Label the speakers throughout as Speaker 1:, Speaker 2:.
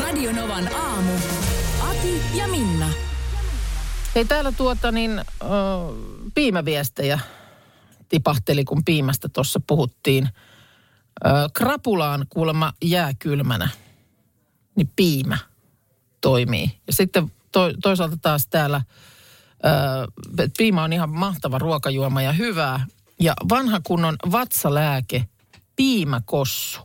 Speaker 1: Radionovan aamu. Ati ja Minna.
Speaker 2: Ei täällä tuota niin, ö, piimäviestejä tipahteli, kun piimästä tuossa puhuttiin. Ö, krapulaan kuulemma jää kylmänä, niin piimä toimii. Ja sitten to, toisaalta taas täällä ö, et piima on ihan mahtava ruokajuoma ja hyvää. Ja vanha kunnon vatsalääke, piimäkossu.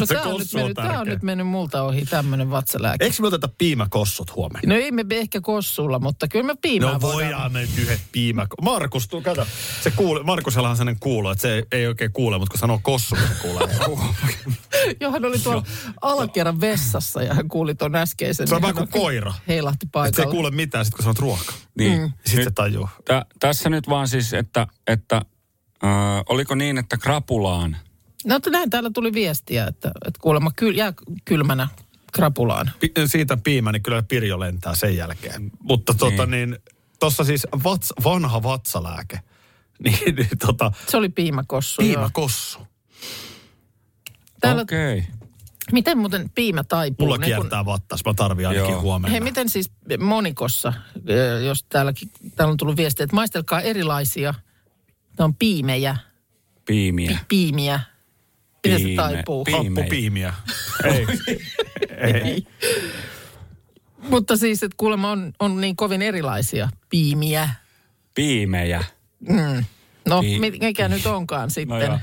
Speaker 2: No,
Speaker 3: Se
Speaker 2: tämä, on nyt
Speaker 3: kossu on
Speaker 2: mennyt, tämä on
Speaker 3: tärkeä.
Speaker 2: nyt mennyt multa ohi, tämmöinen vatsalääke.
Speaker 3: Eikö me oteta piimäkossut
Speaker 2: No
Speaker 3: huomenna?
Speaker 2: ei me ehkä kossulla, mutta kyllä me piimää
Speaker 3: No voidaan me nyt yhdet piimä... Markus, tuu kato. Se kuule, Markusellahan on sellainen kuulo, että se ei, ei oikein kuule, mutta kun sanoo kossu, niin se kuulee.
Speaker 2: Johan oli tuolla alakerran vessassa ja hän kuuli ton äskeisen.
Speaker 3: Se
Speaker 2: niin
Speaker 3: on vähän
Speaker 2: hän
Speaker 3: kuin koira.
Speaker 2: Heilahti
Speaker 3: Et se ei
Speaker 2: paikalle.
Speaker 3: kuule mitään, sit kun sanot ruoka.
Speaker 4: Niin. Mm.
Speaker 3: Sitten se tajuu.
Speaker 4: Tä, tässä nyt vaan siis, että, että ö, oliko niin, että krapulaan
Speaker 2: No mutta näin täällä tuli viestiä, että, että kuulemma kyl, jää kylmänä krapulaan.
Speaker 3: Pi- siitä piimä, niin kyllä Pirjo lentää sen jälkeen. Mutta tota niin, tossa siis vats, vanha vatsalääke. Niin, niin tota,
Speaker 2: Se oli piimäkossu. joo.
Speaker 3: piimäkossu.
Speaker 2: Täällä, okay.
Speaker 4: Okei. Okay.
Speaker 2: Miten muuten piimä taipuu?
Speaker 3: Mulla
Speaker 2: niin
Speaker 3: kiertää vattas, mä tarvii ainakin
Speaker 4: Joo.
Speaker 3: huomenna.
Speaker 2: Hei, miten siis monikossa, ö, jos täälläkin, täällä on tullut viestiä, että maistelkaa erilaisia, ne on piimejä,
Speaker 4: Piimiä.
Speaker 2: piimiä, miten se
Speaker 4: Piime-
Speaker 2: taipuu?
Speaker 4: pi-
Speaker 3: Happupiimiä. ei. ei.
Speaker 2: Mutta siis, että kuulemma on, on niin kovin erilaisia piimiä.
Speaker 4: Piimejä. No
Speaker 2: No,
Speaker 3: Niin.
Speaker 4: Pi-
Speaker 2: mi- mikä nyt onkaan
Speaker 3: No
Speaker 2: sitten.
Speaker 4: joo.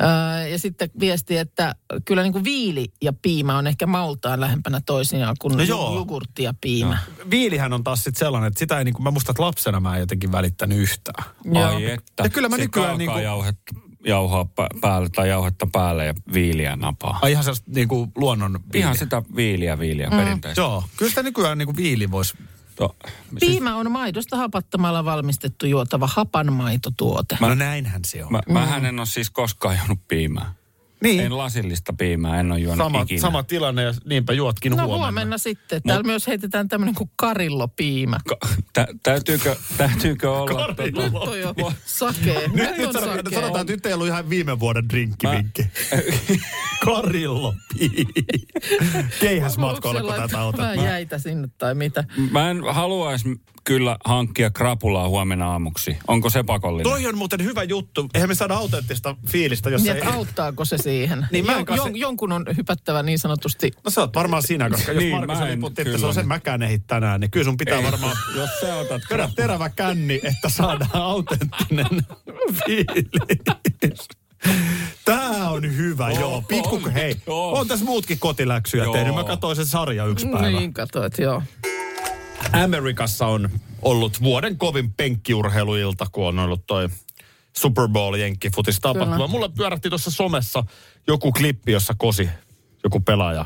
Speaker 2: öö, ja sitten viesti, että kyllä niin kuin viili ja piimä on ehkä maultaan lähempänä toisiaan kuin
Speaker 3: No
Speaker 2: no
Speaker 3: joo.
Speaker 2: jogurtti ja piimä.
Speaker 3: Viilihän on taas sitten sellainen, että sitä ei niinku, mä muistan, että lapsena mä en jotenkin välittänyt yhtään.
Speaker 2: Joo.
Speaker 4: Ai että.
Speaker 3: Ja kyllä mä
Speaker 4: Se
Speaker 3: nykyään
Speaker 4: kaukaa
Speaker 3: niinku-
Speaker 4: jauhetta, jauhaa pä- päälle tai jauhetta päälle ja viiliä napaa.
Speaker 3: Ai ihan sellaista niinku luonnon viiliä.
Speaker 4: Ihan sitä viiliä, viiliä mm. perinteistä.
Speaker 3: Joo, kyllä sitä nykyään niinku viili voisi.
Speaker 4: To, siis,
Speaker 2: Piimä on maidosta hapattamalla valmistettu juotava hapanmaitotuote.
Speaker 3: Mä... No näinhän se on.
Speaker 4: mä,
Speaker 2: Mm.
Speaker 4: mähän en ole siis koskaan juonut piimää.
Speaker 3: Niin,
Speaker 4: En lasillista piimää, en ole juonut
Speaker 3: sama,
Speaker 4: ikinä.
Speaker 3: sama tilanne ja niinpä juotkin
Speaker 2: No
Speaker 3: huomenna.
Speaker 2: huomenna, sitten. Täällä myös heitetään tämmöinen kuin karillopiimä.
Speaker 4: Ka- tä, täytyykö, täytyykö olla... tota-
Speaker 3: Karilla.
Speaker 2: Nyt toi on sakee. Nyt on
Speaker 3: sanotaan,
Speaker 2: sakee.
Speaker 3: sanotaan, että nyt ei ollut ihan viime vuoden drinkkivinkki. Karillo Keihäs matkoilla, kun
Speaker 2: Onko sellainen,
Speaker 3: tätä
Speaker 2: että
Speaker 3: otat.
Speaker 2: Vähän jäitä sinne tai mitä.
Speaker 4: Mä en haluaisi kyllä hankkia krapulaa huomenna aamuksi. Onko se pakollinen?
Speaker 3: Toi on muuten hyvä juttu. Eihän me saada autenttista fiilistä, jos
Speaker 2: Niin,
Speaker 3: ei...
Speaker 2: että auttaako se siihen?
Speaker 3: Niin mä en
Speaker 2: Jon-
Speaker 3: kanssa-
Speaker 2: jon- jonkun on hypättävä niin sanotusti.
Speaker 3: No sä oot varmaan sinä, koska jos
Speaker 4: Niin,
Speaker 3: Markus
Speaker 4: mä en,
Speaker 3: liputti, että
Speaker 4: kyllä.
Speaker 3: se on sen mäkään ehdi tänään, niin kyllä sun pitää
Speaker 4: Ei,
Speaker 3: varmaan
Speaker 4: Jos sä otat
Speaker 3: käydä
Speaker 4: krapulaa.
Speaker 3: terävä känni, että saadaan autenttinen fiilis. Tää on hyvä,
Speaker 4: On,
Speaker 3: joo. Pikku,
Speaker 4: on,
Speaker 3: hei,
Speaker 4: joo.
Speaker 3: on tässä muutkin kotiläksyjä
Speaker 4: Joo.
Speaker 3: tehnyt. Mä katsoin sen sarja yksi päivä.
Speaker 2: Niin, katsoit, joo.
Speaker 3: Amerikassa on ollut vuoden kovin penkkiurheiluilta, kun on ollut toi Super Bowl jenkkifutis tapahtuma.
Speaker 2: Kyllä.
Speaker 3: Mulla pyörähti tuossa somessa joku klippi, jossa kosi joku pelaaja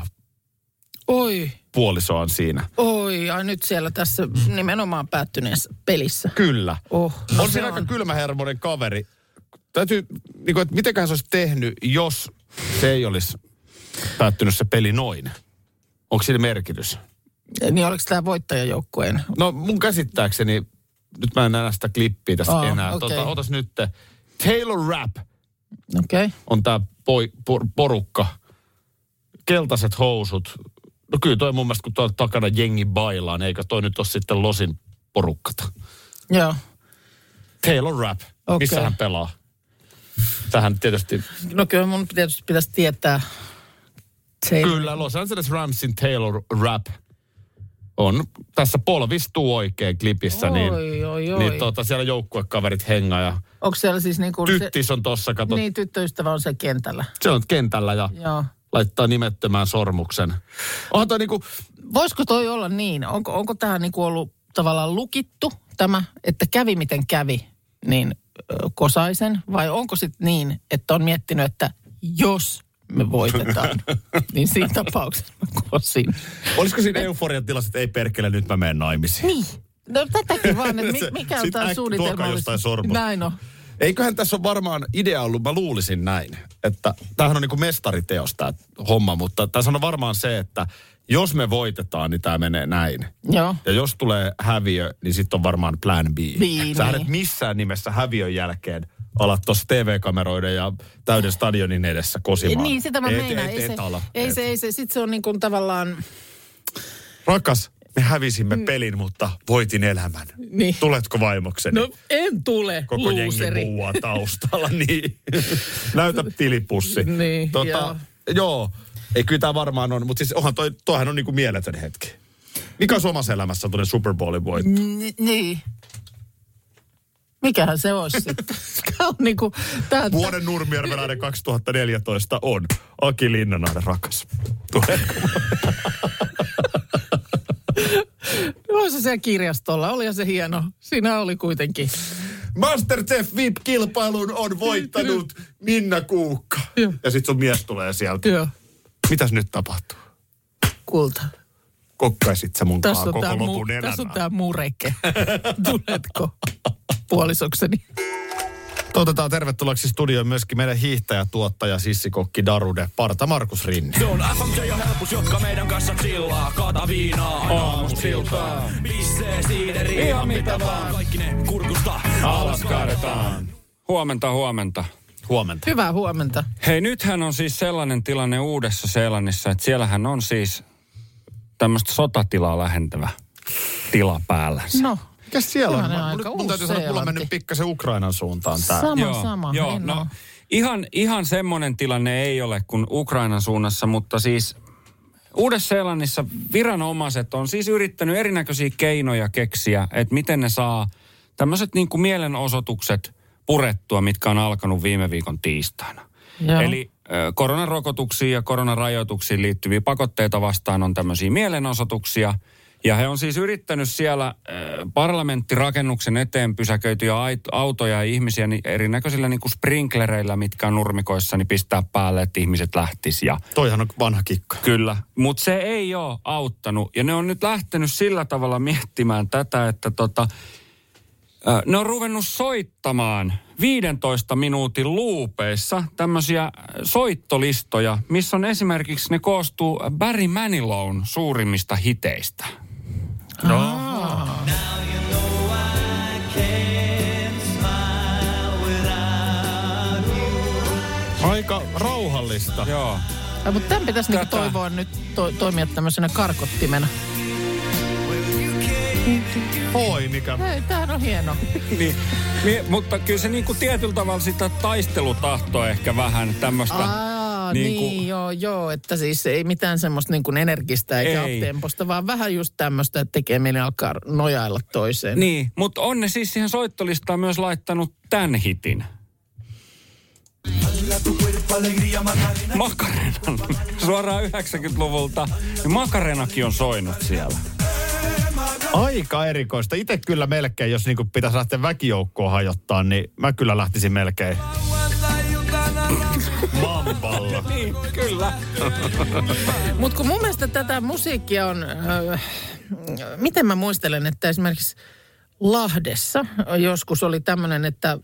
Speaker 2: Oi,
Speaker 3: puolisoaan siinä.
Speaker 2: oi, ai nyt siellä tässä nimenomaan päättyneessä pelissä.
Speaker 3: Kyllä.
Speaker 2: Oh, no
Speaker 3: on
Speaker 2: se
Speaker 3: siinä
Speaker 2: on.
Speaker 3: aika kylmähermoinen kaveri. Täytyy, niin kuin, että mitenköhän se olisi tehnyt, jos se ei olisi päättynyt se peli noin. Onko sillä merkitys?
Speaker 2: Niin oliko tämä voittajajoukkueen?
Speaker 3: No mun käsittääkseni, nyt mä en näe sitä klippiä tästä
Speaker 2: Aa,
Speaker 3: oh, enää.
Speaker 2: okei.
Speaker 3: Okay. Tota, otas nyt, eh, Taylor Rapp
Speaker 2: Okei. Okay.
Speaker 3: on tää poi, por, porukka. Keltaiset housut. No kyllä toi mun mielestä, kun tuolla takana jengi bailaan, eikä toi nyt ole sitten losin porukkata.
Speaker 2: Joo.
Speaker 3: Taylor Rapp, okay.
Speaker 2: Okei.
Speaker 3: missä hän pelaa. Tähän tietysti
Speaker 2: No kyllä mun tietysti pitäisi tietää. Se,
Speaker 3: Kyllä, Los Angeles Ramsin Taylor Rap on tässä polvistuu oikein klipissä,
Speaker 2: Oi,
Speaker 3: niin,
Speaker 2: oi, oi.
Speaker 3: niin tota, siellä joukkuekaverit hengaa ja
Speaker 2: Onko siellä siis niin kuin se,
Speaker 3: tyttis on tossa, kato, niin.
Speaker 2: niin, tyttöystävä on se kentällä?
Speaker 3: se on kentällä ja
Speaker 2: Joo.
Speaker 3: laittaa nimettömään sormuksen. Onhan toi niinku,
Speaker 2: Voisiko toi olla niin? Onko, onko tähän niin kuin ollut tavallaan lukittu tämä, että kävi miten kävi, niin ö, kosaisen? Vai onko sitten niin, että on miettinyt, että jos me voitetaan. niin siinä tapauksessa mä kosin.
Speaker 3: Olisiko siinä euforian tilassa, että ei perkele, nyt mä menen naimisiin?
Speaker 2: Niin. No tätäkin vaan, että mi-
Speaker 3: Se-
Speaker 2: mikä on
Speaker 3: sit
Speaker 2: tämä
Speaker 3: äkki-
Speaker 2: suunnitelma.
Speaker 3: tuokaa jostain sormusta.
Speaker 2: Näin on.
Speaker 3: Eiköhän tässä ole varmaan idea ollut, mä luulisin näin, että tämähän on niin kuin mestariteos tämä homma, mutta tässä on varmaan se, että jos me voitetaan, niin tämä menee näin.
Speaker 2: Joo.
Speaker 3: Ja jos tulee häviö, niin sitten on varmaan plan B.
Speaker 2: Niin,
Speaker 3: Sä
Speaker 2: niin.
Speaker 3: et missään nimessä häviön jälkeen ala tuossa TV-kameroiden ja täyden stadionin edessä kosimaan.
Speaker 2: Niin, sitä mä
Speaker 3: et,
Speaker 2: meinaan.
Speaker 3: Et,
Speaker 2: ei,
Speaker 3: et,
Speaker 2: se,
Speaker 3: et ala.
Speaker 2: ei
Speaker 3: et.
Speaker 2: se, ei se. Sitten se on niin kuin tavallaan...
Speaker 3: Rakas, me hävisimme pelin, mutta voitin elämän.
Speaker 2: Mm. Niin.
Speaker 3: Tuletko vaimokseni?
Speaker 2: No en tule,
Speaker 3: koko
Speaker 2: luuseri.
Speaker 3: jengi muua taustalla, niin näytä tilipussi. Tota,
Speaker 2: Niin, joo.
Speaker 3: joo. Ei kyllä tämä varmaan on, mutta siis onhan toi, toihan on niinku mieletön hetki. Mikä on sun omassa elämässä tuonne Super Bowlin voitto?
Speaker 2: Ni- niin. Mikähän se olisi sitten? Tämä on niin kuin... Tää,
Speaker 3: Vuoden Nurmijärveläinen 2014 on Aki Linnanainen rakas. Tuletko?
Speaker 2: Olisi se siellä kirjastolla, oli se hieno. Siinä oli kuitenkin.
Speaker 3: Masterchef VIP-kilpailun on voittanut Minna Kuukka.
Speaker 2: Joo.
Speaker 3: Ja sit sun mies tulee sieltä.
Speaker 2: Joo,
Speaker 3: Mitäs nyt tapahtuu?
Speaker 2: kulta.
Speaker 3: Kokkaisit sä mun kaa
Speaker 2: Tässä on,
Speaker 3: koko
Speaker 2: tää
Speaker 3: lopun
Speaker 2: mu- tässä on
Speaker 3: elämää?
Speaker 2: tämä mureke. Tuletko puolisokseni?
Speaker 3: Toivotetaan tervetulleeksi studioon myöskin meidän hiihtäjä, tuottaja, sissikokki Darude, Parta Markus Rinne.
Speaker 5: Se on FMJ ja helpus, jotka meidän kanssa chillaa. Kaata viinaa, aamusiltaa. Pissee siideri, ihan mitä vaan. Ah. Kaikki ne kurkusta alas kaadetaan.
Speaker 4: Huomenta, huomenta.
Speaker 3: Huomenta.
Speaker 2: Hyvää huomenta.
Speaker 4: Hei, nythän on siis sellainen tilanne uudessa Seelannissa, että siellähän on siis tämmöistä sotatilaa lähentävä tila päällä.
Speaker 2: No,
Speaker 3: Mikäs siellä on?
Speaker 2: Tilanne on
Speaker 3: Mun-
Speaker 2: aika
Speaker 3: mun täytyy
Speaker 2: uusi
Speaker 3: sanoa, että mulla on
Speaker 2: Seelanti.
Speaker 3: mennyt pikkasen Ukrainan suuntaan tää.
Speaker 2: sama, sama.
Speaker 4: Joo,
Speaker 2: en
Speaker 4: no,
Speaker 2: oo.
Speaker 4: ihan, ihan semmoinen tilanne ei ole kuin Ukrainan suunnassa, mutta siis Uudessa-Seelannissa viranomaiset on siis yrittänyt erinäköisiä keinoja keksiä, että miten ne saa tämmöiset niin kuin mielenosoitukset purettua, mitkä on alkanut viime viikon tiistaina.
Speaker 2: Joo.
Speaker 4: Eli ö, koronarokotuksiin ja koronarajoituksiin liittyviä pakotteita vastaan on tämmöisiä mielenosoituksia. Ja he on siis yrittänyt siellä ö, parlamenttirakennuksen eteen pysäköityjä ait- autoja ja ihmisiä niin erinäköisillä niin kuin sprinklereillä, mitkä on nurmikoissa, niin pistää päälle, että ihmiset lähtis ja
Speaker 3: Toihan on vanha kikka.
Speaker 4: Kyllä, mutta se ei ole auttanut. Ja ne on nyt lähtenyt sillä tavalla miettimään tätä, että tota, ö, ne on ruvennut soittamaan 15 minuutin luupeissa tämmöisiä soittolistoja, missä on esimerkiksi ne koostuu Barry Manilown suurimmista hiteistä.
Speaker 3: Aika rauhallista.
Speaker 4: Joo.
Speaker 3: no.
Speaker 2: Ai, mutta tämän pitäisi niinku
Speaker 4: Tätä.
Speaker 2: toivoa nyt to- toimia tämmöisenä karkottimena.
Speaker 3: Oi, mikä...
Speaker 2: Hei, tämähän on hieno.
Speaker 4: Niin, niin, mutta kyllä se niinku tietyllä tavalla sitä taistelutahtoa ehkä vähän niinku tämmöistä.
Speaker 2: Aa, niin, niin joo, joo, että siis ei mitään semmoista niin kuin energistä eikä
Speaker 4: Ei.
Speaker 2: ei. temposta, vaan vähän just tämmöistä, että tekee mieli alkaa nojailla toiseen.
Speaker 4: Niin, mutta on ne siis siihen soittolistaan myös laittanut tämän hitin. Makarenan. Suoraan 90-luvulta. Ja Makarenakin on soinut siellä.
Speaker 3: Aika erikoista. Itse kyllä melkein, jos niinku pitäisi lähteä väkijoukkoon hajottaa, niin mä kyllä lähtisin melkein maanpallo.
Speaker 4: Niin, kyllä.
Speaker 2: Mutta kun mun mielestä tätä musiikkia on, äh, miten mä muistelen, että esimerkiksi Lahdessa joskus oli tämmöinen, että äh,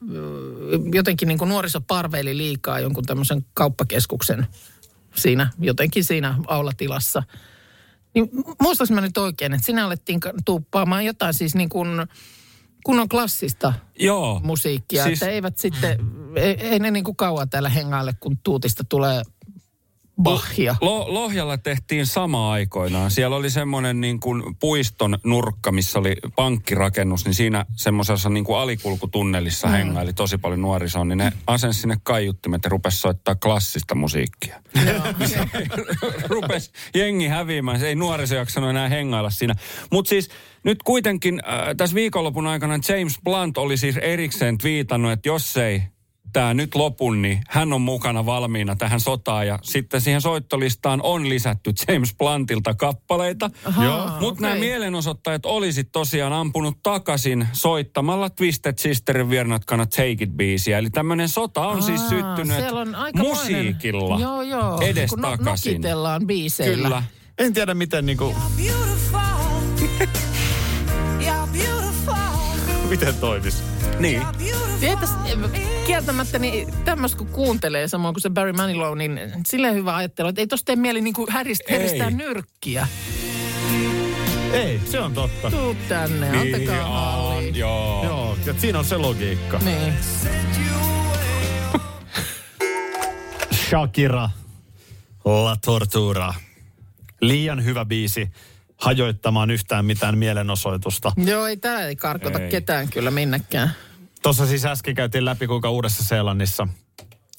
Speaker 2: jotenkin niin kuin nuoriso parveili liikaa jonkun tämmöisen kauppakeskuksen siinä, jotenkin siinä aulatilassa. Niin muistaks mä nyt oikein, että sinä alettiin ka- tuuppaamaan jotain siis niin kuin kunnon klassista
Speaker 4: Joo.
Speaker 2: musiikkia,
Speaker 4: Siis-
Speaker 2: siis... että eivät sitten, ei, ei ne niin kuin kauan täällä hengaille, kun tuutista tulee bahja.
Speaker 4: Lo- Lohjalla tehtiin sama aikoinaan. Siellä oli semmoinen niin kuin puiston nurkka, missä oli pankkirakennus, niin siinä semmoisessa niin kuin alikulkutunnelissa mm. hengaili tosi paljon nuorisoa, niin ne asensi sinne kaiuttimet ja rupesi soittaa klassista musiikkia. rupes jengi häviämään. Se ei nuoriso jaksanut enää hengailla siinä. Mutta siis nyt kuitenkin äh, tässä viikonlopun aikana James Blunt oli siis erikseen twiitannut, että jos ei näyttää nyt lopun, niin hän on mukana valmiina tähän sotaan. Ja sitten siihen soittolistaan on lisätty James Plantilta kappaleita.
Speaker 2: Ahaa,
Speaker 4: Mutta nämä
Speaker 2: okei.
Speaker 4: mielenosoittajat olisit tosiaan ampunut takaisin soittamalla Twisted Sisterin Viernatkana Take It biisiä. Eli tämmöinen sota on siis
Speaker 2: Aa,
Speaker 4: syttynyt
Speaker 2: siellä on aikamoinen-
Speaker 4: musiikilla
Speaker 2: Joo, joo.
Speaker 4: edes
Speaker 2: Kun no-
Speaker 4: takaisin.
Speaker 2: Nokitellaan biiseillä.
Speaker 4: Kyllä.
Speaker 3: En tiedä miten, niin kuin, miten toimisi.
Speaker 4: Niin.
Speaker 2: Tietäs, kieltämättä niin tämmöistä kun kuuntelee samoin kuin se Barry Manilow, niin silleen hyvä ajattelu, että ei tosta tee mieli niin kuin härist,
Speaker 3: Ei.
Speaker 2: häristää nyrkkiä.
Speaker 3: Ei, se on totta.
Speaker 2: Tuu tänne,
Speaker 4: Niin
Speaker 2: antakaa
Speaker 4: on,
Speaker 2: mallia.
Speaker 4: joo.
Speaker 3: Joo, ja siinä on se logiikka.
Speaker 2: Niin.
Speaker 3: Shakira, La Tortura. Liian hyvä biisi hajoittamaan yhtään mitään mielenosoitusta.
Speaker 2: Joo, ei tää ei karkota
Speaker 4: Ei.
Speaker 2: ketään kyllä minnekään.
Speaker 3: Tuossa siis äsken käytiin läpi, kuinka Uudessa Seelannissa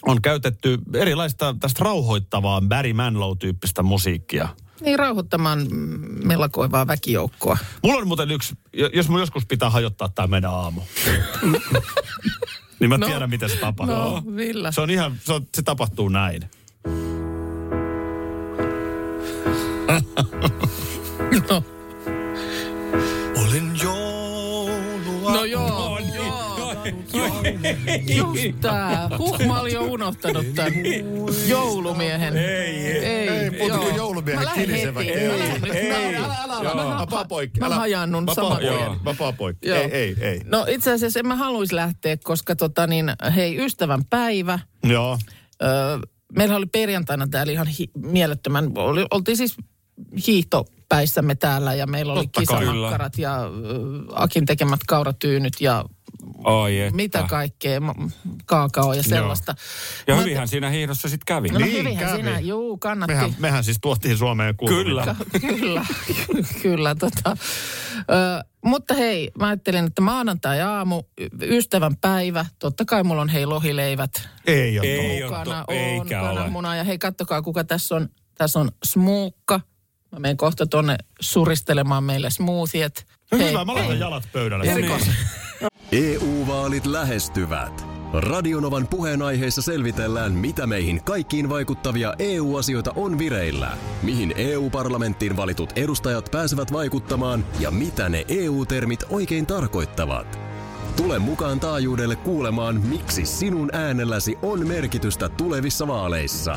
Speaker 3: on käytetty erilaista tästä rauhoittavaa Barry Manilow-tyyppistä musiikkia.
Speaker 2: Niin rauhoittamaan mm, melakoivaa väkijoukkoa.
Speaker 3: Mulla on muuten yksi, jo- jos mun joskus pitää hajottaa tämä meidän aamu. niin mä no. tiedän, miten se tapahtuu.
Speaker 2: No, Villa.
Speaker 3: Se on ihan, se, on, se tapahtuu näin.
Speaker 5: Olin joulua.
Speaker 2: No joo, joo. Just tää. Huh, mä olin jo unohtanut tän joulumiehen. Ei, ei. Ei,
Speaker 6: mutta kun joulumiehen kilisevä kello.
Speaker 2: Ei, ei. Älä, älä, älä, mä- mä-
Speaker 6: Vapaa poikki.
Speaker 2: Mä
Speaker 6: älä-
Speaker 2: hajannun
Speaker 6: vapaa
Speaker 2: saman
Speaker 6: poikki,
Speaker 4: tien.
Speaker 6: Vapaa poikki.
Speaker 2: Joo.
Speaker 6: Ei, ei, ei.
Speaker 2: No itse asiassa en mä haluaisi lähteä, koska tota niin, hei, ystävän päivä.
Speaker 3: Joo.
Speaker 2: Öö, meillä oli perjantaina täällä ihan hi- mielettömän, oli, oltiin siis hiihtopäissämme täällä ja meillä oli
Speaker 3: Totta kai.
Speaker 2: kisamakkarat ja öö, Akin tekemät kauratyynyt ja
Speaker 4: Oi, että.
Speaker 2: mitä kaikkea, ma- kaakao ja sellaista.
Speaker 4: Ja
Speaker 2: Mä-
Speaker 4: hyvinhän siinä hiihdossa sitten kävi.
Speaker 2: No,
Speaker 3: Niin,
Speaker 2: niin, hyvinhän
Speaker 3: kävi.
Speaker 2: sinä, juu, kannatti.
Speaker 3: Mehän, mehän siis tuotiin Suomeen kuuluville.
Speaker 4: Kyllä.
Speaker 2: kyllä, kyllä. Tota. Ö, mutta hei, mä ajattelin, että maanantai-aamu, y- ystävän päivä, totta kai mulla on hei lohileivät
Speaker 3: Ei ole.
Speaker 4: Ei ole,
Speaker 2: mukana,
Speaker 4: to- eikä
Speaker 2: on
Speaker 4: ole.
Speaker 2: kananmuna ja hei kattokaa kuka tässä on, tässä on smuukka. Mä menen kohta tonne suristelemaan meille smoothiet. Hei,
Speaker 3: No Hyvä, mä laitan jalat pöydälle.
Speaker 4: Niin.
Speaker 7: EU-vaalit E lähestyvät. Radionovan puheenaiheessa selvitellään, mitä meihin kaikkiin vaikuttavia EU-asioita on vireillä, mihin EU-parlamenttiin valitut edustajat pääsevät vaikuttamaan ja mitä ne EU-termit oikein tarkoittavat. Tule mukaan taajuudelle kuulemaan, miksi sinun äänelläsi on merkitystä tulevissa vaaleissa.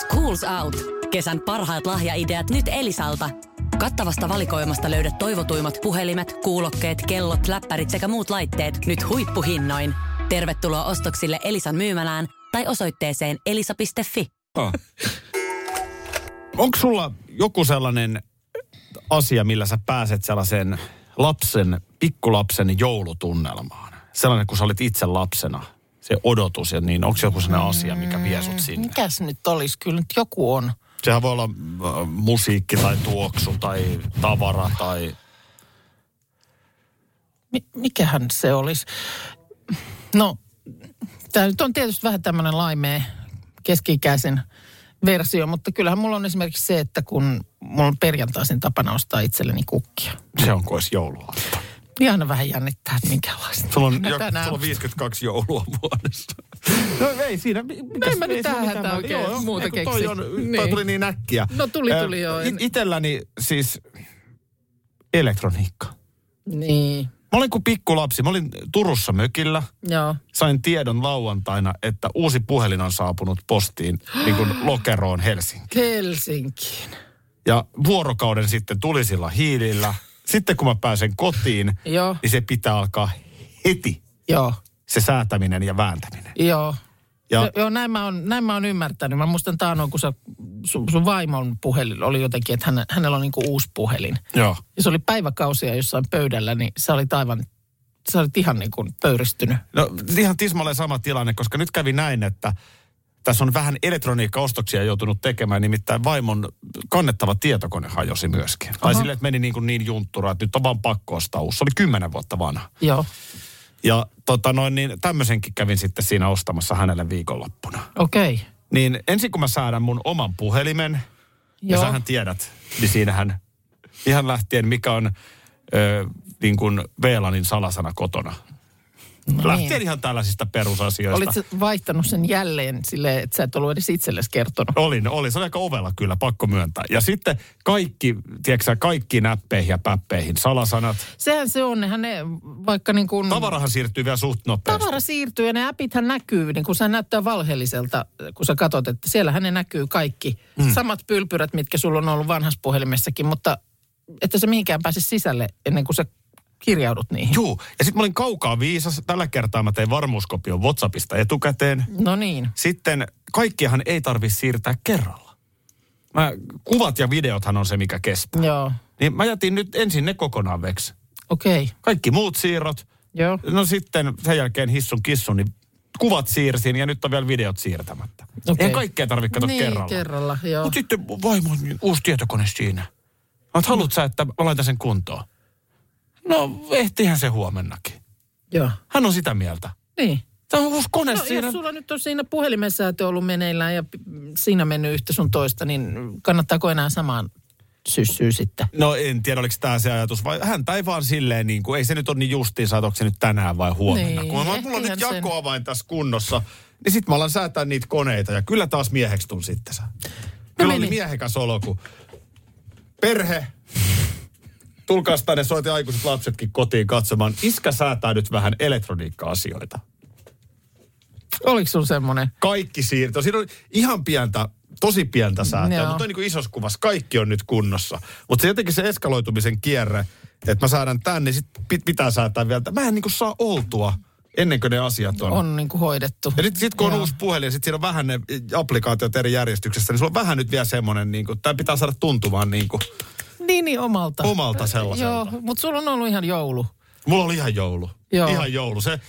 Speaker 8: Schools Out. Kesän parhaat lahjaideat nyt Elisalta. Kattavasta valikoimasta löydät toivotuimmat puhelimet, kuulokkeet, kellot, läppärit sekä muut laitteet nyt huippuhinnoin. Tervetuloa ostoksille Elisan myymälään tai osoitteeseen elisa.fi.
Speaker 4: Joo.
Speaker 3: Onko sulla joku sellainen asia, millä sä pääset sellaisen lapsen, pikkulapsen joulutunnelmaan? Sellainen, kun sä olit itse lapsena. Se odotus ja niin. Onko joku sellainen asia, mikä vie sut sinne?
Speaker 2: Mikäs nyt olisi? Kyllä nyt joku on.
Speaker 3: Sehän voi olla äh, musiikki tai tuoksu tai tavara tai...
Speaker 2: Mi- mikähän se olisi? No, tämä nyt on tietysti vähän tämmöinen laimea keski-ikäisen versio, mutta kyllähän mulla on esimerkiksi se, että kun mulla on perjantaisin tapana ostaa itselleni kukkia.
Speaker 3: Se on kuin joulua.
Speaker 2: Niin aina vähän jännittää, että minkälaista.
Speaker 3: Sulla on,
Speaker 2: No
Speaker 3: jo,
Speaker 2: tänään-
Speaker 3: sulla on 52 joulua vuodessa. No ei siinä. mi- mitäs-
Speaker 2: mä nyt
Speaker 3: ei siinä
Speaker 2: tähän
Speaker 3: mitään.
Speaker 2: hätään oikein
Speaker 3: Joo, joo,
Speaker 2: muuta
Speaker 3: ei kun toi
Speaker 2: keksi.
Speaker 3: on- Toi
Speaker 2: Niin.
Speaker 3: tuli niin äkkiä.
Speaker 2: No tuli,
Speaker 3: Ö,
Speaker 2: tuli joo.
Speaker 3: it- Itelläni siis elektroniikka.
Speaker 2: Niin,
Speaker 3: Mä olin kuin pikkulapsi. Mä olin Turussa mökillä.
Speaker 2: joo.
Speaker 3: Sain tiedon lauantaina, että uusi puhelin on saapunut postiin niin kuin lokeroon Helsinkiin.
Speaker 2: Helsinkiin.
Speaker 3: Ja vuorokauden sitten tulisilla hiilillä. Sitten kun mä pääsen kotiin,
Speaker 2: Joo.
Speaker 3: niin se pitää alkaa heti
Speaker 2: Joo,
Speaker 3: se säätäminen ja vääntäminen.
Speaker 2: joo.
Speaker 3: Ja
Speaker 2: Ja. Joo, näin mä, oon, näin mä oon ymmärtänyt. Mä muistan taanoin, kun sä, sun, sun vaimon puhelin oli jotenkin, että häne, hänellä on niinku uusi puhelin.
Speaker 3: Joo.
Speaker 2: Ja se oli päiväkausia jossain pöydällä, niin sä olit aivan sä olit ihan niin kuin pöyristynyt.
Speaker 3: No ihan tismalleen sama tilanne, koska nyt kävi näin, että tässä on vähän elektroniikkaostoksia joutunut tekemään, nimittäin vaimon kannettava tietokone hajosi myöskin. Aha. Tai silleen, että meni niin, kuin niin junttura, että nyt on vaan pakko ostaa uusi. Se oli kymmenen vuotta vanha.
Speaker 2: Joo,
Speaker 3: Ja tota noin, niin tämmöisenkin kävin sitten siinä ostamassa hänelle viikonloppuna.
Speaker 2: okei. Okay.
Speaker 3: Niin ensin kun mä säädän mun oman puhelimen, Joo.
Speaker 2: Joo.
Speaker 3: ja sähän tiedät, niin siinähän ihan lähtien mikä on ö, niin kuin VLANin salasana kotona. No lähtien
Speaker 2: niin.
Speaker 3: ihan tällaisista perusasioista.
Speaker 2: Olit sä vaihtanut sen jälleen sille, että sä et ollut edes itsellesi kertonut.
Speaker 3: Olin, olin. Se oli aika ovella kyllä, pakko myöntää. Ja sitten kaikki, tiedätkö sä, kaikki näppeihin ja päppeihin salasanat.
Speaker 2: Sehän se on, nehän ne vaikka niin kuin...
Speaker 3: Tavarahan siirtyy vielä suht nopeasti.
Speaker 2: Tavara siirtyy ja ne appithän näkyy, niin kun se näyttää valheelliselta, äh, kun sä katsot, että siellähän ne näkyy kaikki. Mm. Samat pylpyrät, mitkä sulla on ollut vanhassa puhelimessakin, mutta että se mihinkään pääse sisälle ennen kuin sä kirjaudut niihin.
Speaker 3: Juu, ja sitten mä olin kaukaa viisas. Tällä kertaa mä tein varmuuskopion WhatsAppista etukäteen.
Speaker 2: No niin,
Speaker 3: Sitten kaikkiahan ei tarvitse siirtää kerralla. Mä, kuvat ja videothan on se, mikä kestää.
Speaker 2: joo,
Speaker 3: Niin mä jätin nyt ensin ne kokonaan veksi.
Speaker 2: okei, okay.
Speaker 3: Kaikki muut siirrot.
Speaker 2: joo,
Speaker 3: No sitten sen jälkeen hissun kissun, niin kuvat siirsin ja nyt on vielä videot siirtämättä. Okay.
Speaker 2: Okei.
Speaker 3: Eihän kaikkea tarvitse katsoa
Speaker 2: Niin,
Speaker 3: kerralla.
Speaker 2: kerralla, joo.
Speaker 3: Mutta sitten vaimo, on niin uusi tietokone siinä. Mä haluat sä, että mä laitan sen kuntoon? No, ehtihän se huomennakin.
Speaker 2: joo,
Speaker 3: Hän on sitä mieltä.
Speaker 2: niin.
Speaker 3: Tämä on uusi kone
Speaker 2: No,
Speaker 3: siinä.
Speaker 2: jos sulla nyt on siinä puhelimensäätö ollut meneillään ja p- siinä mennyt yhtä sun toista, niin kannattaako enää samaan syssyyn sitten?
Speaker 3: No en tiedä, oliko tämä se ajatus vai häntä ei vaan silleen niin kuin, ei se nyt ole niin justiin, saat onko se nyt tänään vai huomenna.
Speaker 2: Niin,
Speaker 3: Kun mä, mulla on nyt
Speaker 2: ehtihän sen.
Speaker 3: jakoavain tässä kunnossa, niin sit mä alan säätää niitä koneita ja kyllä taas mieheksi tuli sitten sä.
Speaker 2: No
Speaker 3: Kyllä oli
Speaker 2: meni.
Speaker 3: miehekäs olo, kun perhe, tulkaa tänne, soitin aikuiset lapsetkin kotiin katsomaan. Iskä säätää nyt vähän elektroniikka-asioita.
Speaker 2: Oliko sulla semmoinen?
Speaker 3: Kaikki siirto. Siinä on ihan pientä, tosi pientä säätöä,
Speaker 2: Joo.
Speaker 3: mutta niin kuin isossa kuvassa kaikki on nyt kunnossa. Mutta se jotenkin se eskaloitumisen kierre, että mä säädän tän, niin sit pit- pitää säätää vielä. tän. Mä en niin kuin saa oltua ennen kuin ne asiat on.
Speaker 2: On niin kuin hoidettu.
Speaker 3: Ja sitten sit kun on
Speaker 2: Joo.
Speaker 3: uusi puhelin ja sit siinä on vähän ne applikaatiot eri järjestyksessä, niin sulla on vähän nyt vielä semmoinen, niin kuin, tämä pitää saada tuntumaan niin kuin,
Speaker 2: Niin, niin omalta.
Speaker 3: Omalta sellaiselta.
Speaker 2: Joo, mutta sulla on ollut ihan joulu.
Speaker 3: Mulla oli ihan joulu.
Speaker 2: Joo.
Speaker 3: Ihan joulu. Se,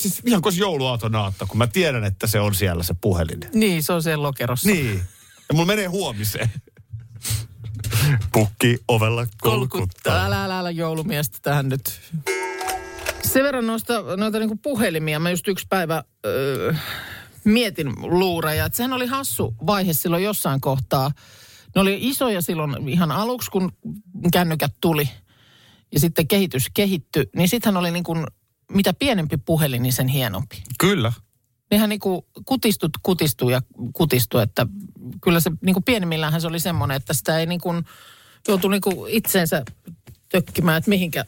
Speaker 3: siis ihan kuin olisi jouluaaton aatto, kun mä tiedän, että se on siellä se puhelin.
Speaker 2: Niin, se on siellä lokerossa.
Speaker 3: Niin. Ja mulla menee huomiseen. Pukki ovella
Speaker 2: Kolkuttaa.
Speaker 3: kolkuttaa.
Speaker 2: Älä, älä, älä joulumiestä tähän nyt. Sen verran noista, noita niinku puhelimia. Mä just yksi päivä öö, mietin luureja. Et sehän oli hassu vaihe silloin jossain kohtaa. Ne oli isoja silloin ihan aluksi, kun kännykät tuli. Ja sitten kehitys kehittyi. Niin sittenhän oli niin kuin, mitä pienempi puhelin, niin sen hienompi.
Speaker 3: Kyllä.
Speaker 2: nehän niinku kutistut kutistuu ja kutistuu, että kyllä se niinku pienimmilläänhän se oli semmoinen, että sitä ei niinku joutu niinku itseensä tökkimään, että mihinkä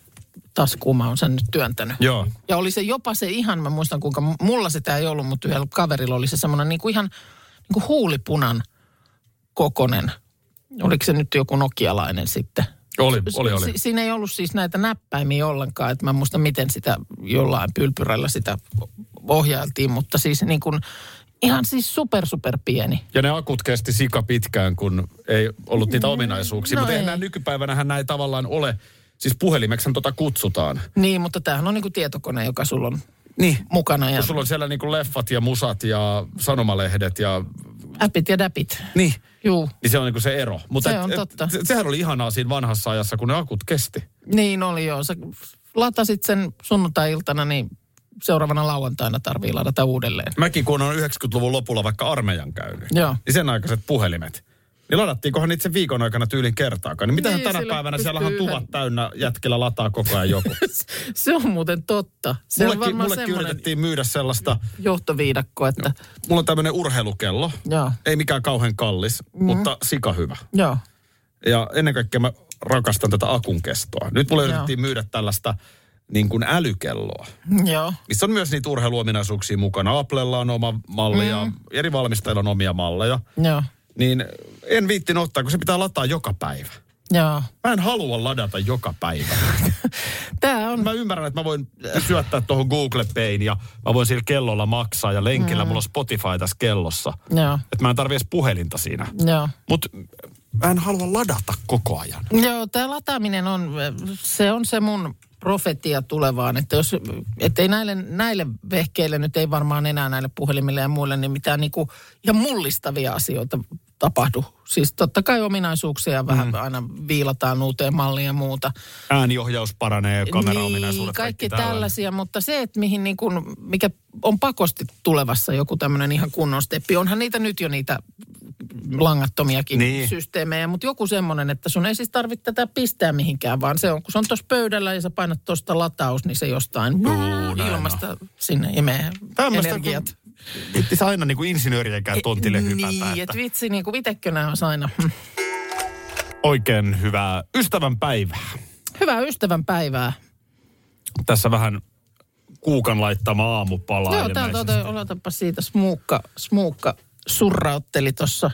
Speaker 2: taskuun mä oon sen nyt työntänyt.
Speaker 3: Joo.
Speaker 2: Ja oli se jopa se ihan, mä muistan kuinka, mulla sitä ei ollut, mutta yhdellä kaverilla oli se semmoinen niinku ihan niinku huulipunan kokonen. Oliko se nyt joku nokialainen sitten?
Speaker 3: Oli,
Speaker 2: Si- siinä ei ollut siis näitä näppäimiä ollenkaan, että mä en muista miten sitä jollain pylpyrällä sitä ohjailtiin, mutta siis niin kuin ihan siis super super pieni.
Speaker 3: Ja ne akut kesti sika pitkään, kun ei ollut niitä ominaisuuksia.
Speaker 2: no
Speaker 3: Mutta
Speaker 2: ei.
Speaker 3: eihän nää nykypäivänähän näin tavallaan ole. Siis puhelimeksihan tota kutsutaan.
Speaker 2: Niin, mutta tämähän on niin kuin tietokone, joka sulla on
Speaker 3: Niin.
Speaker 2: mukana ja
Speaker 3: Kun sulla on siellä niinku leffat ja musat ja sanomalehdet ja...
Speaker 2: appit ja däpit.
Speaker 3: Niin.
Speaker 2: Juu,
Speaker 3: Niin se on niinku se ero. Mut
Speaker 2: Se on totta.
Speaker 3: se- sehän oli ihanaa siinä vanhassa ajassa, kun ne akut kesti.
Speaker 2: niin oli joo. Sä latasit sen sunnuntai-iltana, niin seuraavana lauantaina tarvii ladata uudelleen.
Speaker 3: Mäkin kun on 90-luvun lopulla vaikka armeijan käynyt,
Speaker 2: Joo.
Speaker 3: niin sen aikaiset puhelimet, niin ladattiinkohan niitä sen viikon aikana tyylin kertaakaan. Niin mitähän
Speaker 2: Niin,
Speaker 3: tänä
Speaker 2: sillä
Speaker 3: päivänä,
Speaker 2: pystyy
Speaker 3: siellä on
Speaker 2: yhden-
Speaker 3: tuvat täynnä, jätkellä lataa koko ajan joku.
Speaker 2: Se on muuten totta. Se on
Speaker 3: mullekin
Speaker 2: varmaan
Speaker 3: mullekin
Speaker 2: semmoinen
Speaker 3: yritettiin myydä sellaista,
Speaker 2: johtoviidakko, että
Speaker 3: mulla on tämmöinen urheilukello,
Speaker 2: Joo. Mm.
Speaker 3: ei mikään kauhean kallis, mutta sika hyvä.
Speaker 2: joo,
Speaker 3: Ja ennen kaikkea mä rakastan tätä akun kestoa. Nyt mulle
Speaker 2: Joo.
Speaker 3: yritettiin myydä tällaista niin kuin älykelloa.
Speaker 2: joo.
Speaker 3: missä on myös niitä urheiluominaisuuksia mukana. Applella on oma malli ja
Speaker 2: Mm.
Speaker 3: eri valmistajilla on omia malleja.
Speaker 2: Joo,
Speaker 3: Niin en viittin ottaa, kun se pitää lataa joka päivä.
Speaker 2: joo.
Speaker 3: Mä en halua ladata joka päivä.
Speaker 2: Tämä on
Speaker 3: Mä ymmärrän, että mä voin syöttää tuohon Google Payin ja mä voin sillä kellolla maksaa ja lenkillä mulla on Spotify tässä kellossa.
Speaker 2: Mm. Joo,
Speaker 3: Että mä en tarvi edes puhelinta siinä.
Speaker 2: joo.
Speaker 3: Mutta mä en halua ladata koko ajan.
Speaker 2: Joo, tämä lataaminen on, se on se mun profetia tulevaan, että jos, ei näille, näille vehkeille nyt ei varmaan enää näille puhelimille ja muille, niin mitään niinku ihan mullistavia asioita tapahdu. Siis totta kai ominaisuuksia vähän mm. aina viilataan uuteen malliin ja muuta.
Speaker 3: Ääniohjaus paranee, kameraominaisuudet,
Speaker 2: niin, kaikki tällaisia, mutta se, että mihin niin kun, mikä on pakosti tulevassa joku tämmöinen ihan kunnon steppi, onhan niitä nyt jo niitä langattomiakin
Speaker 3: Niin.
Speaker 2: niin. systeemejä, mutta joku semmoinen, että sun ei siis tarvitse tätä pistää mihinkään, vaan se on, kun se on tuossa pöydällä ja sä painat tuosta lataus, niin se jostain
Speaker 3: näin
Speaker 2: ilmasta sinne imee
Speaker 3: Tämmöistä,
Speaker 2: energiat.
Speaker 3: Vittisi aina niin kuin insinöörienkään tontille hypätä.
Speaker 2: E, Niin,
Speaker 3: että
Speaker 2: että vitsi, niin kuin itekönä on aina.
Speaker 3: Oikein hyvää ystävän päivää.
Speaker 2: Hyvää ystävän päivää.
Speaker 3: Tässä vähän kuukan laittama aamupalaa.
Speaker 2: Joo, täältä
Speaker 3: ilmeisesti.
Speaker 2: ota, otapa siitä smuukka, smuukka surrautteli tuossa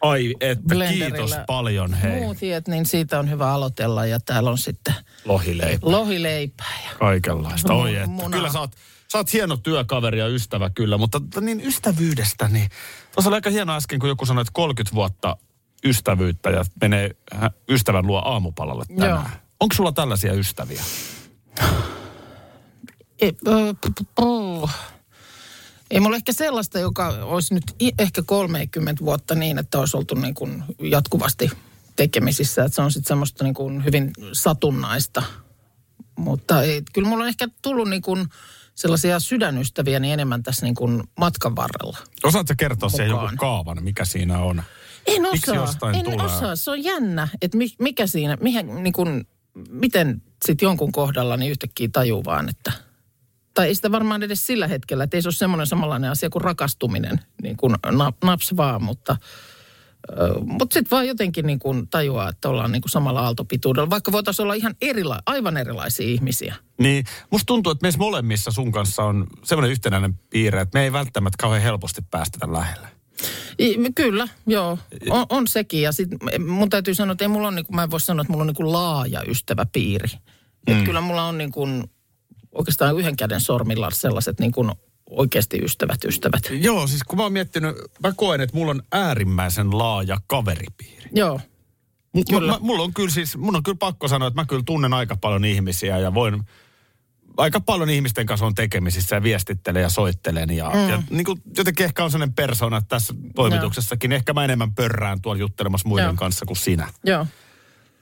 Speaker 3: Ai että,
Speaker 2: blenderillä.
Speaker 3: kiitos paljon hei.
Speaker 2: Muutiet, niin siitä on hyvä aloitella ja täällä on sitten
Speaker 3: Lohileipä.
Speaker 2: lohileipää. Ja...
Speaker 3: Kaikenlaista. Oi,
Speaker 2: Mun-
Speaker 3: että.
Speaker 2: munaa.
Speaker 3: Kyllä sä oot, sä oot hieno työkaveri ja ystävä kyllä, mutta t- niin ystävyydestä, niin tuossa oli aika hieno äsken, kun joku sanoi, että 30 vuotta ystävyyttä ja menee hä- ystävän luo aamupalalle tänään.
Speaker 2: Joo.
Speaker 3: Onko sulla tällaisia ystäviä?
Speaker 2: Ei, ö, p- p- p- Ei mulla ehkä sellaista, joka olisi nyt i- ehkä 30 vuotta niin, että olisi oltu niin kuin jatkuvasti tekemisissä. Että se on sitten semmoista niin kuin hyvin satunnaista. Mutta ei, kyllä mulla on ehkä tullut niin kuin sellaisia sydänystäviä niin enemmän tässä niin kuin matkan varrella.
Speaker 3: Osaatko kertoa siihen
Speaker 2: Mukaan.
Speaker 3: joku kaavan, mikä siinä on?
Speaker 2: En
Speaker 3: Miksi
Speaker 2: osaa.
Speaker 3: jostain
Speaker 2: en
Speaker 3: tulee?
Speaker 2: osaa. Se on jännä, että mi- mikä siinä, mihin, niin kun, miten sitten jonkun kohdalla niin yhtäkkiä tajuu vaan, että... Tai ei sitä varmaan edes sillä hetkellä, että ei se ole semmoinen samanlainen asia kuin rakastuminen, niin kuin na- naps vaan, mutta... Mutta sitten vaan jotenkin niin kun tajuaa, että ollaan niin kun samalla aaltopituudella, vaikka voitaisiin olla ihan erila- aivan erilaisia ihmisiä.
Speaker 3: Niin, musta tuntuu, että meissä molemmissa sun kanssa on semmoinen yhtenäinen piirre, että me ei välttämättä kauhean helposti päästetä lähelle.
Speaker 2: I, kyllä, joo. On, on sekin. Ja sit, mun täytyy sanoa, että ei mulla on, niin kuin, mä en voi sanoa, että mulla on niin kuin laaja ystäväpiiri. Mm. Et kyllä mulla on niin kuin, oikeastaan yhden käden sormilla sellaiset niin kuin oikeasti ystävät ystävät.
Speaker 3: Joo, siis kun mä oon miettinyt, mä koen, että mulla on äärimmäisen laaja kaveripiiri.
Speaker 2: Joo,
Speaker 3: Mä, mä, mulla on kyllä siis, mun on kyllä pakko sanoa, että mä kyllä tunnen aika paljon ihmisiä ja voin, aika paljon ihmisten kanssa on tekemisissä ja viestittelen ja soittelen. Ja, mm. ja niin kuin jotenkin ehkä on sellainen persona että tässä toimituksessakin. Ehkä mä enemmän pörrään tuolla juttelemassa muiden
Speaker 2: Joo.
Speaker 3: kanssa kuin sinä.
Speaker 2: joo.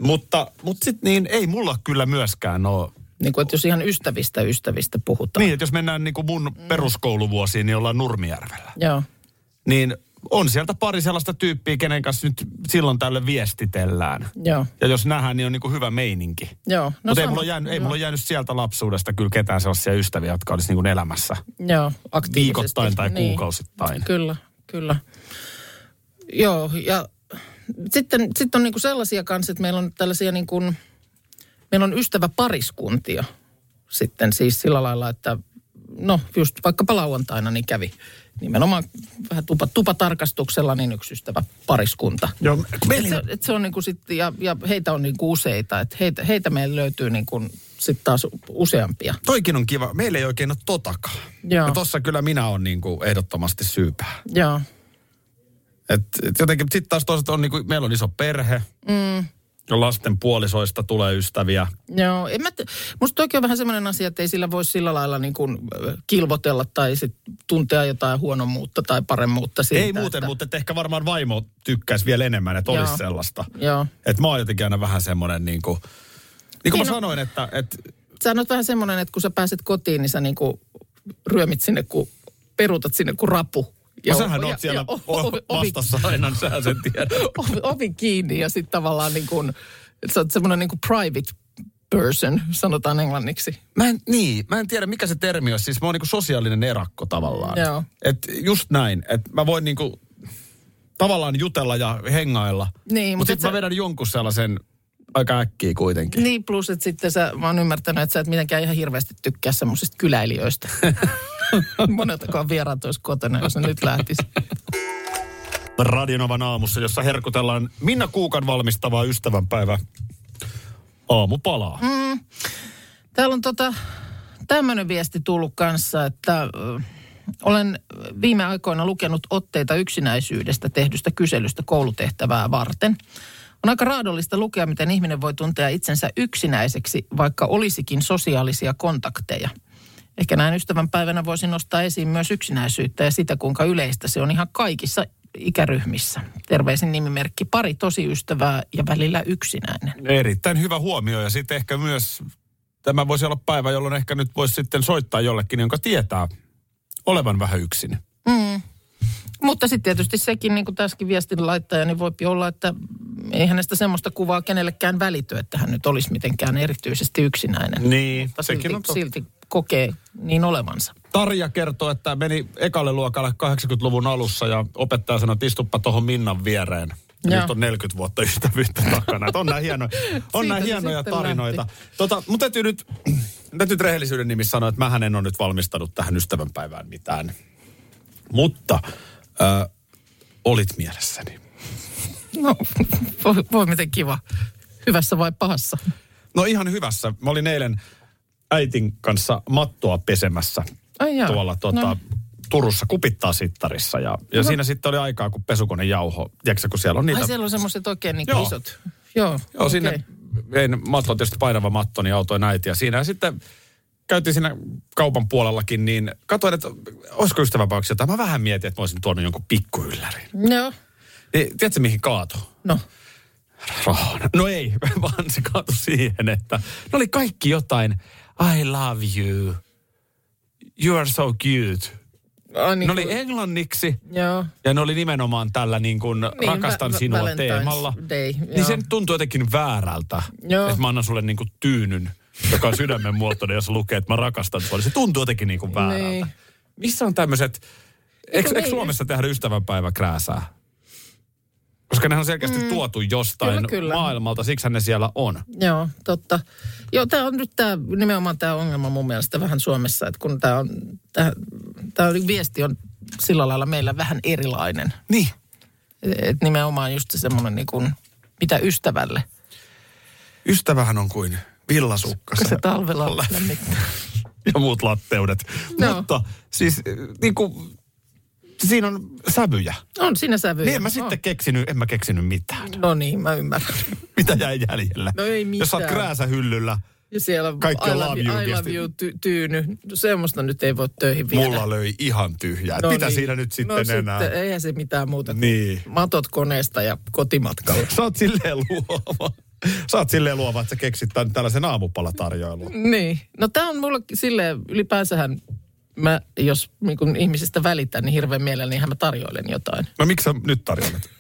Speaker 3: Mutta, mutta sitten niin ei mulla kyllä myöskään ole.
Speaker 2: Niin kuin, että jos ihan ystävistä ystävistä puhutaan.
Speaker 3: Niin, että jos mennään niin kuin mun peruskouluvuosiin, niin ollaan Nurmijärvellä.
Speaker 2: Joo,
Speaker 3: Niin on sieltä pari sellaista tyyppiä, kenen kanssa nyt silloin tälle viestitellään.
Speaker 2: joo,
Speaker 3: Ja jos nähdään, niin on niin kuin hyvä meininki.
Speaker 2: joo.
Speaker 3: No Mutta ei,
Speaker 2: sama-
Speaker 3: mulla, ole jäänyt, ei
Speaker 2: joo.
Speaker 3: mulla ole jäänyt sieltä lapsuudesta kyllä ketään sellaisia ystäviä, jotka olisi niin kuin elämässä
Speaker 2: Joo, aktiivisesti.
Speaker 3: viikoittain tai
Speaker 2: Niin.
Speaker 3: kuukausittain.
Speaker 2: Kyllä, kyllä. Joo, ja sitten sit on niinku sellaisia kanssa, että meillä on tällaisia niin kuin, meillä on ystäväpariskuntia sitten siis sillä lailla, että no just vaikkapa lauantaina niin kävi nimenomaan vähän tupa, tupatarkastuksella niin yksi ystävä pariskunta.
Speaker 3: Joo,
Speaker 2: Et se, et se on niinku sit, ja, ja heitä on niinku useita, että heitä, heitä meillä löytyy niinku sitten taas useampia.
Speaker 3: toikin on kiva. Meillä ei oikein ole totakaan.
Speaker 2: Joo.
Speaker 3: Ja tossa kyllä minä olen niin kuin ehdottomasti syypää.
Speaker 2: Joo,
Speaker 3: Et, et jotenkin sitten taas toisaalta on niin kuin, meillä on iso perhe. Mm. Ja lasten puolisoista tulee ystäviä.
Speaker 2: Joo, en mä, t- musta toki on vähän semmoinen asia, että ei sillä voi sillä lailla niin kuin ö, kilvotella tai sit tuntea jotain huonommuutta tai paremmuutta siitä.
Speaker 3: ei muuten,
Speaker 2: että,
Speaker 3: mutta et ehkä varmaan vaimo tykkäisi vielä enemmän, että olisi
Speaker 2: Joo.
Speaker 3: sellaista.
Speaker 2: Joo.
Speaker 3: Että mä oon jotenkin aina vähän semmoinen niin kuin...
Speaker 2: Niin,
Speaker 3: Niin kuin mä
Speaker 2: no-
Speaker 3: sanoin, että, että
Speaker 2: Sä oot vähän semmoinen, että kun sä pääset kotiin, niin sä niin kuin ryömit sinne, kun peruutat sinne kuin rapu.
Speaker 3: Ja No sähän oot siellä
Speaker 2: o-
Speaker 3: o-
Speaker 2: ovi- ovi,
Speaker 3: vastassa aina, sähän sen tiedät.
Speaker 2: ovi, ovi kiinni ja sitten tavallaan niin kuin, että sä oot semmoinen niin kuin private person, sanotaan englanniksi.
Speaker 3: Mä en, niin, mä en tiedä mikä se termi on. Siis mä oon niinku sosiaalinen erakko tavallaan.
Speaker 2: Joo.
Speaker 3: Et just näin, että mä voin niinku tavallaan jutella ja hengailla.
Speaker 2: Niin,
Speaker 3: Mut
Speaker 2: mutta
Speaker 3: sit
Speaker 2: et
Speaker 3: mä
Speaker 2: sä-
Speaker 3: vedän jonkun sellaisen aika äkkiä kuitenkin.
Speaker 2: Niin, plus että sitten sä, mä oon ymmärtänyt, että sä et mitenkään ihan hirveästi tykkää semmoisista kyläilijöistä. Moneltakaan vieraat olisi kotona, jos ne nyt lähtisi. Niin.
Speaker 3: Radionovan aamussa, jossa herkutellaan Minna Kuukan valmistavaa ystävänpäivä aamupalaa. Mm.
Speaker 2: Täällä on tota, tämmöinen viesti tullut kanssa, että ö, olen viime aikoina lukenut otteita yksinäisyydestä tehdystä kyselystä koulutehtävää varten. On aika raadollista lukea, miten ihminen voi tuntea itsensä yksinäiseksi, vaikka olisikin sosiaalisia kontakteja. Ehkä näin ystävän päivänä voisin nostaa esiin myös yksinäisyyttä ja sitä, kuinka yleistä se on ihan kaikissa ikäryhmissä. Terveisin nimimerkki pari tosi ystävää ja välillä yksinäinen.
Speaker 3: Erittäin hyvä huomio ja sitten ehkä myös tämä voisi olla päivä, jolloin ehkä nyt voisi sitten soittaa jollekin, jonka tietää olevan vähän yksin.
Speaker 2: Mm. Mutta sitten tietysti sekin, niin kuin tässäkin viestin laittaja, niin voi olla, että ei hänestä semmoista kuvaa kenellekään välity, että hän nyt olisi mitenkään erityisesti yksinäinen.
Speaker 3: Niin,
Speaker 2: Mutta
Speaker 3: sekin
Speaker 2: silti,
Speaker 3: on totta.
Speaker 2: silti kokee niin olevansa.
Speaker 3: Tarja kertoo, että meni ekalle luokalle 80-luvun alussa ja opettaja sanoi, että istuppa tuohon Minnan viereen. Ja
Speaker 2: Joo.
Speaker 3: nyt on 40 vuotta ystävyyttä takana. Että on nämä hienoja, on nämä
Speaker 2: se
Speaker 3: hienoja
Speaker 2: sitten
Speaker 3: tarinoita.
Speaker 2: lähti.
Speaker 3: Tota, mun täytyy nyt, mun täytyy nyt rehellisyyden nimissä sanoa, että mähän en ole nyt valmistanut tähän ystävänpäivään mitään. Mutta äh, olit mielessäni.
Speaker 2: No, voi, voi miten kiva. Hyvässä vai pahassa?
Speaker 3: No ihan hyvässä. Mä olin eilen äitin kanssa mattoa pesemässä
Speaker 2: Ai jaa.
Speaker 3: tuolla tuota,
Speaker 2: No.
Speaker 3: Turussa kupittaa sittarissa. Ja, ja no. siinä sitten oli aikaa, kun pesukone jauho. Tiedätkö, kun siellä on niitä...
Speaker 2: Ai siellä on semmoiset oikein niin
Speaker 3: Joo.
Speaker 2: isot. Joo,
Speaker 3: Joo, okay. sinne
Speaker 2: okei.
Speaker 3: vein matto, tietysti painava matto, niin autoin äiti. Ja siinä sitten käytiin siinä kaupan puolellakin, niin katsoin, että olisiko ystäväpäiväksi jotain. Mä vähän mietin, että mä olisin tuonut jonkun pikkuyllärin.
Speaker 2: Joo,
Speaker 3: Niin, tiedätkö, mihin kaato?
Speaker 2: no.
Speaker 3: rahan. No ei, vaan se kaatui siihen, että ne oli kaikki jotain, I love you, you are so cute.
Speaker 2: Ai,
Speaker 3: Ne
Speaker 2: niin
Speaker 3: oli
Speaker 2: kuin-
Speaker 3: englanniksi
Speaker 2: Joo.
Speaker 3: ja ne oli nimenomaan tällä niin kuin
Speaker 2: Niin,
Speaker 3: rakastan
Speaker 2: va- va-
Speaker 3: sinua
Speaker 2: Valentine's
Speaker 3: teemalla.
Speaker 2: Day,
Speaker 3: niin
Speaker 2: joo.
Speaker 3: se nyt tuntuu jotenkin väärältä,
Speaker 2: Joo.
Speaker 3: että mä annan sulle niin kuin tyynyn, joka on sydämen muotoinen, jos lukee, että mä rakastan sua. Niin Se tuntuu jotenkin niin kuin väärältä.
Speaker 2: Niin.
Speaker 3: Missä on tämmöiset, eikö,
Speaker 2: kun
Speaker 3: eikö
Speaker 2: ei-
Speaker 3: Suomessa tehdä ystävänpäivä krääsää? Koska nehän on selkeästi mm. tuotu jostain
Speaker 2: Kyllä, kyllä.
Speaker 3: maailmalta, siksi ne siellä on.
Speaker 2: Joo, totta. Joo, tämä on nyt tää, nimenomaan tämä ongelma mun mielestä vähän Suomessa, että kun tämä on, tämä viesti on sillä lailla meillä vähän erilainen.
Speaker 3: Niin.
Speaker 2: Että nimenomaan just semmoinen niin kuin, mitä ystävälle.
Speaker 3: Ystävähän on kuin villasukka
Speaker 2: Se talvella on lämmittää.
Speaker 3: ja muut latteudet. No.
Speaker 2: No.
Speaker 3: Mutta siis äh, niin kuin, siinä on sävyjä.
Speaker 2: On siinä sävyjä.
Speaker 3: Niin en mä sitten keksinyt, en mä keksinyt mitään.
Speaker 2: On. No niin, mä ymmärrän.
Speaker 3: Mitä jäi jäljellä?
Speaker 2: No ei
Speaker 3: Jos sä oot
Speaker 2: mitään.
Speaker 3: krääsähyllyllä,
Speaker 2: Ja siellä on
Speaker 3: Kaikki
Speaker 2: I
Speaker 3: on
Speaker 2: love
Speaker 3: love
Speaker 2: you,
Speaker 3: you
Speaker 2: I love
Speaker 3: viesti.
Speaker 2: you ty- tyyny. No Semmoista nyt ei voi töihin viedä.
Speaker 3: mulla löi ihan tyhjää. No
Speaker 2: No
Speaker 3: Mitä
Speaker 2: niin.
Speaker 3: siinä nyt sitten
Speaker 2: no
Speaker 3: enää?
Speaker 2: Sitten, eihän se mitään muuta kuin
Speaker 3: Niin.
Speaker 2: matot koneesta ja kotimatkalle.
Speaker 3: Sä oot silleen luova. Sä oot silleen luova, että sä keksit tämän, tällaisen aamupalatarjoilun.
Speaker 2: Niin. No tämä on mulla silleen, ylipäänsähän mä, jos niin kun ihmisistä välitän, niin hirveän mielelläni niin mä tarjoilen jotain.
Speaker 3: No miksi sä nyt tarjoilet?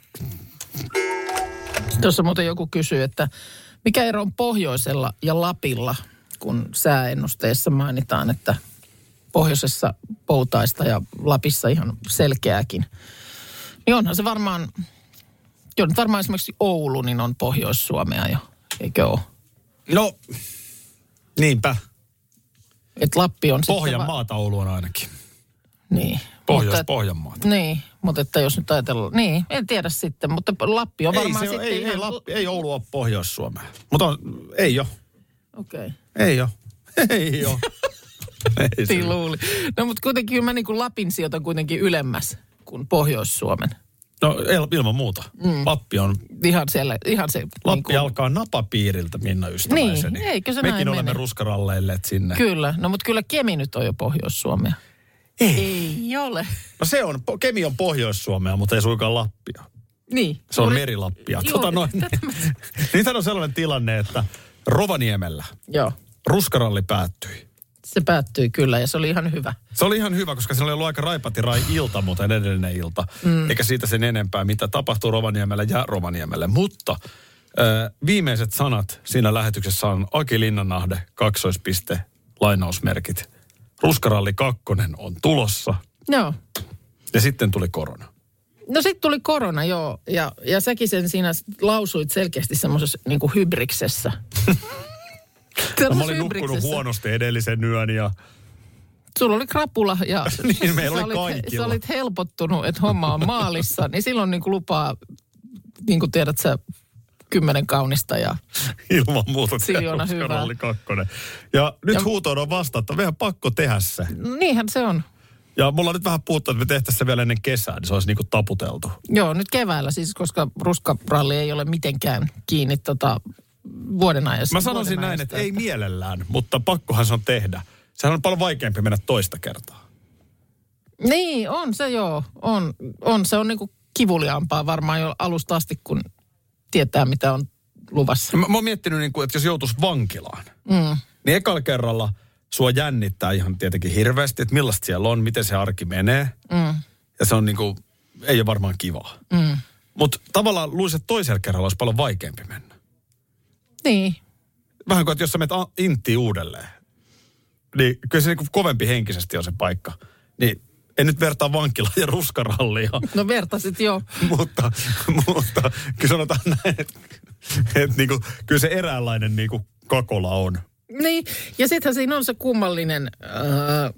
Speaker 2: Tuossa muuten joku kysyy, että mikä ero on pohjoisella ja Lapilla, kun sääennusteessa mainitaan, että pohjoisessa poutaista ja Lapissa ihan selkeääkin. Niin onhan se varmaan, joo nyt varmaan esimerkiksi Oulu, niin on Pohjois-Suomea jo, eikö ole?
Speaker 3: No, niinpä.
Speaker 2: Että Lappi on sitten va-
Speaker 3: Pohjanmaata Oulu on ainakin.
Speaker 2: Niin. Mutta-
Speaker 3: Pohjois-Pohjanmaata.
Speaker 2: Niin, mutta että jos nyt ajatellaan, niin, en tiedä sitten, mutta Lappi on
Speaker 3: Ei,
Speaker 2: No varmaan
Speaker 3: se, on-
Speaker 2: sitten
Speaker 3: ei,
Speaker 2: ihan...
Speaker 3: ei, Lappi, ei Oulu ole Pohjois-Suomea. Mutta on, ei ole.
Speaker 2: Okei, okay.
Speaker 3: Ei ole. Ei ole. ei se-
Speaker 2: niin luuli. No mutta kuitenkin kyllä mä niin kuin Lapin sijoitan kuitenkin ylemmäs kuin Pohjois-Suomen.
Speaker 3: no el- ilman muuta. Mm. Lappi on,
Speaker 2: Ihan siellä, ihan se...
Speaker 3: Lappi
Speaker 2: niin kuin,
Speaker 3: alkaa napapiiriltä, Minna ystäväiseni.
Speaker 2: Niin, eikö se
Speaker 3: Mekin
Speaker 2: näin
Speaker 3: olemme
Speaker 2: mene?
Speaker 3: ruskaralleilleet sinne.
Speaker 2: Kyllä, no mutta kyllä Kemi nyt on jo Pohjois-Suomea.
Speaker 3: Ei.
Speaker 2: Ei ole.
Speaker 3: No se on, po- Kemi on Pohjois-Suomea, mutta ei suinkaan Lappia.
Speaker 2: Niin.
Speaker 3: Se on
Speaker 2: Juuri-
Speaker 3: merilappia.
Speaker 2: Juuri
Speaker 3: Tota noin.
Speaker 2: tätä mä-
Speaker 3: Nythän on sellainen tilanne, että Rovaniemellä
Speaker 2: Joo,
Speaker 3: ruskaralli päättyi.
Speaker 2: se päättyy kyllä ja se oli ihan hyvä.
Speaker 3: Se oli ihan hyvä, koska se oli ollut aika raipatirai ilta, mutta edellinen ilta. Mm. Eikä siitä sen enempää, mitä tapahtuu Rovaniemellä ja Rovaniemelle. Mutta ö, viimeiset sanat siinä lähetyksessä on Aki Linnanahde, kaksoispiste, lainausmerkit. Ruskaralli kakkonen on tulossa
Speaker 2: Joo.
Speaker 3: ja sitten tuli korona.
Speaker 2: No sitten tuli korona, joo. Ja, ja säkin sen siinä lausuit selkeästi semmoisessa niin kuin hybriksessä.
Speaker 3: No, mä
Speaker 2: Semmoisessa
Speaker 3: olin nukkunut
Speaker 2: hybriksessä.
Speaker 3: huonosti edellisen yön ja
Speaker 2: Sulla oli krapula ja
Speaker 3: Niin, meillä
Speaker 2: sä
Speaker 3: oli
Speaker 2: olit,
Speaker 3: kaikilla.
Speaker 2: sä olit helpottunut, että homma on maalissa. niin silloin niin kuin lupaa, niin kuin tiedät sä, kymmenen kaunista ja
Speaker 3: Ilman muuta
Speaker 2: Siljona
Speaker 3: Teemu
Speaker 2: hyvää.
Speaker 3: Skaralli kakkonen. Ja nyt ja...
Speaker 2: Ja-
Speaker 3: huutoon on vastattu, meidän pakko tehdä se.
Speaker 2: no niinhän se on.
Speaker 3: Ja mulla on nyt vähän puhuttu, että me tehtäisiin se vielä ennen kesää, niin se olisi niinku taputeltu.
Speaker 2: Joo, nyt keväällä siis, koska ruskapralli ei ole mitenkään kiinni tota, vuoden ajassa.
Speaker 3: Mä sanoisin
Speaker 2: vuoden
Speaker 3: näin,
Speaker 2: ajasta,
Speaker 3: että ei mielellään, mutta pakkohan se on tehdä. Sehän on paljon vaikeampi mennä toista kertaa.
Speaker 2: Niin, on se joo. On, on se on niinku kivuliaampaa varmaan jo alusta asti, kun tietää mitä on luvassa.
Speaker 3: Mä, mä oon miettinyt, niin kuin, että jos joutuisi vankilaan, mm. niin ekalla kerralla sua jännittää ihan tietenkin hirveästi, että millaista siellä on, miten se arki menee. Mm. Ja se on niin kuin, ei ole varmaan kivaa. Mm. Mutta tavallaan luulisin, että toisella kerralla olisi paljon vaikeampi mennä.
Speaker 2: Niin,
Speaker 3: Vähän kuin, että jos sä menet a- inttiin uudelleen, niin kyllä se niin kuin kovempi henkisesti on se paikka. Niin en nyt vertaa vankilaa ja ruskarallia,
Speaker 2: no vertasit joo.
Speaker 3: mutta, mutta kyllä sanotaan näin, että, että niin kuin, kyllä se eräänlainen niin kuin kakola on.
Speaker 2: Niin, ja sittenhän siinä on se kummallinen, äh,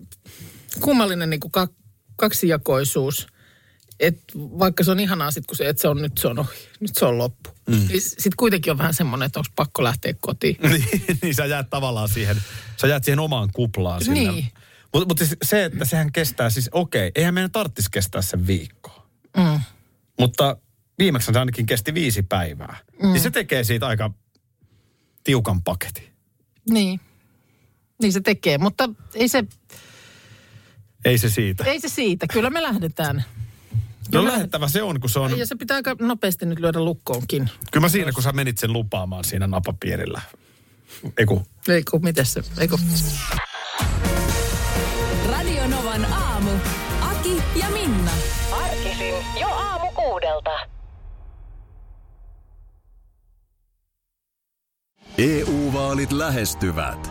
Speaker 2: kummallinen niin kuin kak, kaksijakoisuus. Et vaikka se on ihanaa sit, kun se, että se on nyt se on ohi, nyt se on loppu. Mm. Sitten kuitenkin on vähän semmoinen, että onko pakko lähteä kotiin.
Speaker 3: niin, niin sä jäät tavallaan siihen, sä jäät siihen omaan kuplaan sinne.
Speaker 2: Niin.
Speaker 3: Mutta mut siis se, että sehän kestää siis, okei, okay, eihän meidän tarvitsisi kestää sen viikkoa. Mm. Mutta viimeksi se ainakin kesti viisi päivää. Mm. Niin se tekee siitä aika tiukan paketin.
Speaker 2: Niin. Niin se tekee, mutta ei se,
Speaker 3: Ei se siitä.
Speaker 2: ei se siitä. Kyllä me lähdetään.
Speaker 3: no lähettävä se on, kun se on,
Speaker 2: Ja se pitää aika nopeasti nyt lyödä lukkoonkin.
Speaker 3: kyllä mä siinä kun sä menit sen lupaamaan siinä napapiirillä. Ei kun,
Speaker 2: Ei kun, miten se, ei kun.
Speaker 8: Radio Novan aamu. Aki ja Minna.
Speaker 9: Arkisin jo aamu kuudelta.
Speaker 10: EU-vaalit lähestyvät.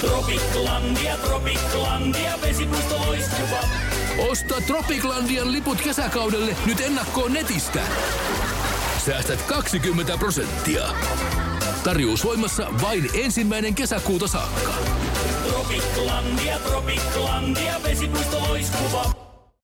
Speaker 5: Tropiklandia, Tropiklandia, vesipuisto loistuva.
Speaker 7: Osta Tropiclandian liput kesäkaudelle nyt ennakkoon netistä. Säästät 20 prosenttia. Tarjous voimassa vain ensimmäinen kesäkuuta saakka.
Speaker 5: Tropiklandia, Tropiklandia, vesipuisto loistuva.